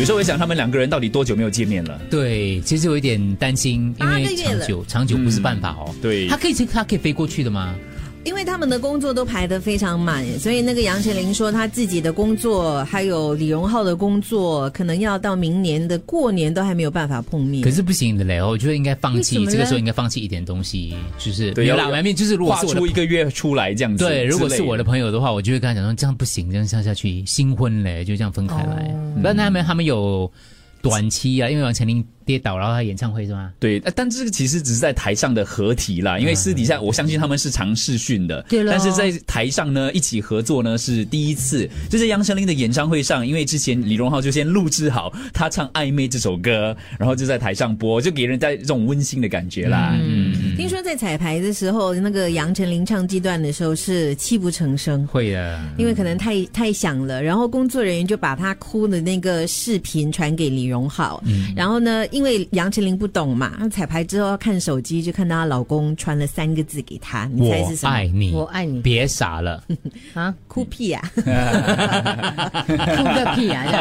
有时候我想他们两个人到底多久没有见面了？对，其实有一点担心，因八个为月了长久长久不是办法哦。嗯对他可以他可以飞过去的吗？因为他们的工作都排得非常满，所以那个杨丞琳说她自己的工作，还有李荣浩的工作，可能要到明年的过年都还没有办法碰嗯面。可是不行的嘞，我觉得应该放弃为什，么呢这个时候应该放弃一点东西，就是对没有要啦，外面就是如果画是我的出一个月出来这样子之类。对，如果是我的朋友的话，我就会跟他讲说这样不行，这样下下去新婚嘞，就这样分开来。哦但他们他们有短期啊，因为王千林跌倒，然后他演唱会是吗？对，呃但这个其实只是在台上的合体嗯啦，因为私底下我相信他们是常试训的，对咯但是在台上呢，一起合作呢是第一次。就是杨丞琳的演唱会上，因为之前李荣浩就先录制好他唱《暧昧》这首歌，然后就在台上播，就给人在这种温馨的感觉啦。嗯，听说在彩排的时候，那个杨丞琳唱这段的时候是泣不成声。会的，啊因为可能嗯太太响了，然后工作人员就把他哭的那个视频传给李荣浩，嗯然后呢，因为杨丞琳不懂嘛，她彩排之后看手机就看到她老公传了三个字给她，你我猜是什么爱？你，我爱你别 傻了，啊，哭屁呀、哭个屁啊！这样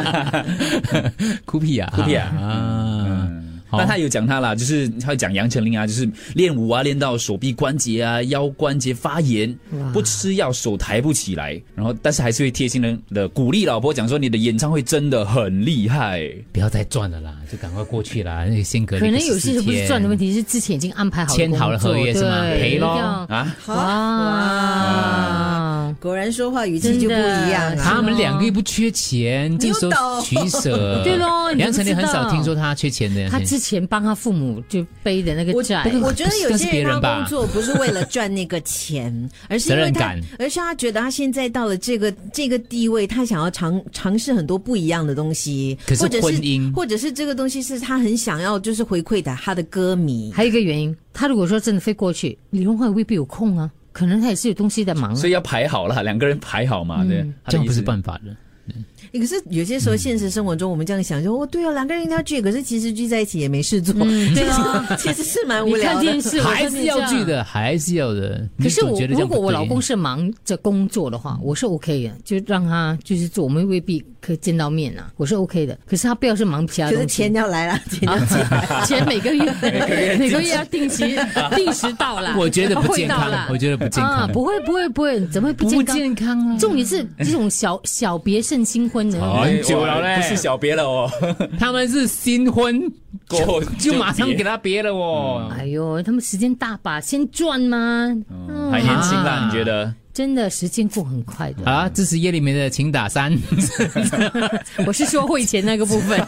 哭屁啊，酷屁啊嗯啊！好那他有讲他啦，就是他讲杨丞琳啊，就是练舞啊，练到手臂关节啊、腰关节发炎，不吃药手抬不起来，然后但是还是会贴心的的鼓励老婆讲说你的演唱会真的很厉害。不要再赚了啦，就赶快过去 啦，那个先隔离可能有些14不是赚的问天。题，是之前已经安排好的签好了工作合约是吗对赔咯一定要啊，哇， 果然说话语气就不一样真的啊！他们两个又不缺钱，这个时候取舍。 对咯你怎么杨丞琳很知少道听说他缺钱的。他之前帮他父母就背的那个债，我觉得有但是些别人人他吧工作不是为了赚那个 钱，而是因为责任他感，而是他觉得他现在到了这个这个地位，他想要尝尝试很多不一样的东西，可是或者婚姻或者是这个东西是他很想要，就是回馈的他的歌迷。还有一个原因，他如果说真的飞过去，李荣浩未必有空啊，可能他也是有东西在忙啊。所以要排好啦，两个人排好嘛，对，哎他的嗯这样不是意思办法的。诶可是有些时候现实生活中，我们这样想就，哦，对哦，两个人一定要聚，可是其实聚在一起也没事做，对啊， 其实是蛮你无聊看的电。视我还是看电视要啊聚。的，还是要的。可是你总我觉得这如样果不我对老公是忙着工作的话，我是 OK 的，就让他就是做，我们未必可以见到面啊，我是 OK 的。可是他不要是忙其他可啊东是西，钱要来了，钱 要啊钱 钱每个月每个月要定时定时到啦，我觉得不健啊会到啦康，我觉得不健啊，康，不会不会不会，怎么会不健康？康啊重点是这种小小别胜新婚的，好啊很久了嘞哎不是小别了哦，他们是新婚过后 就马上别给他别了哦，哎呦，他们时间大把，先赚嘛， 还年轻啦，啊你觉得？真的时间过很快的。好啦，支持夜里面的，请打三。 我是说汇钱那个部分。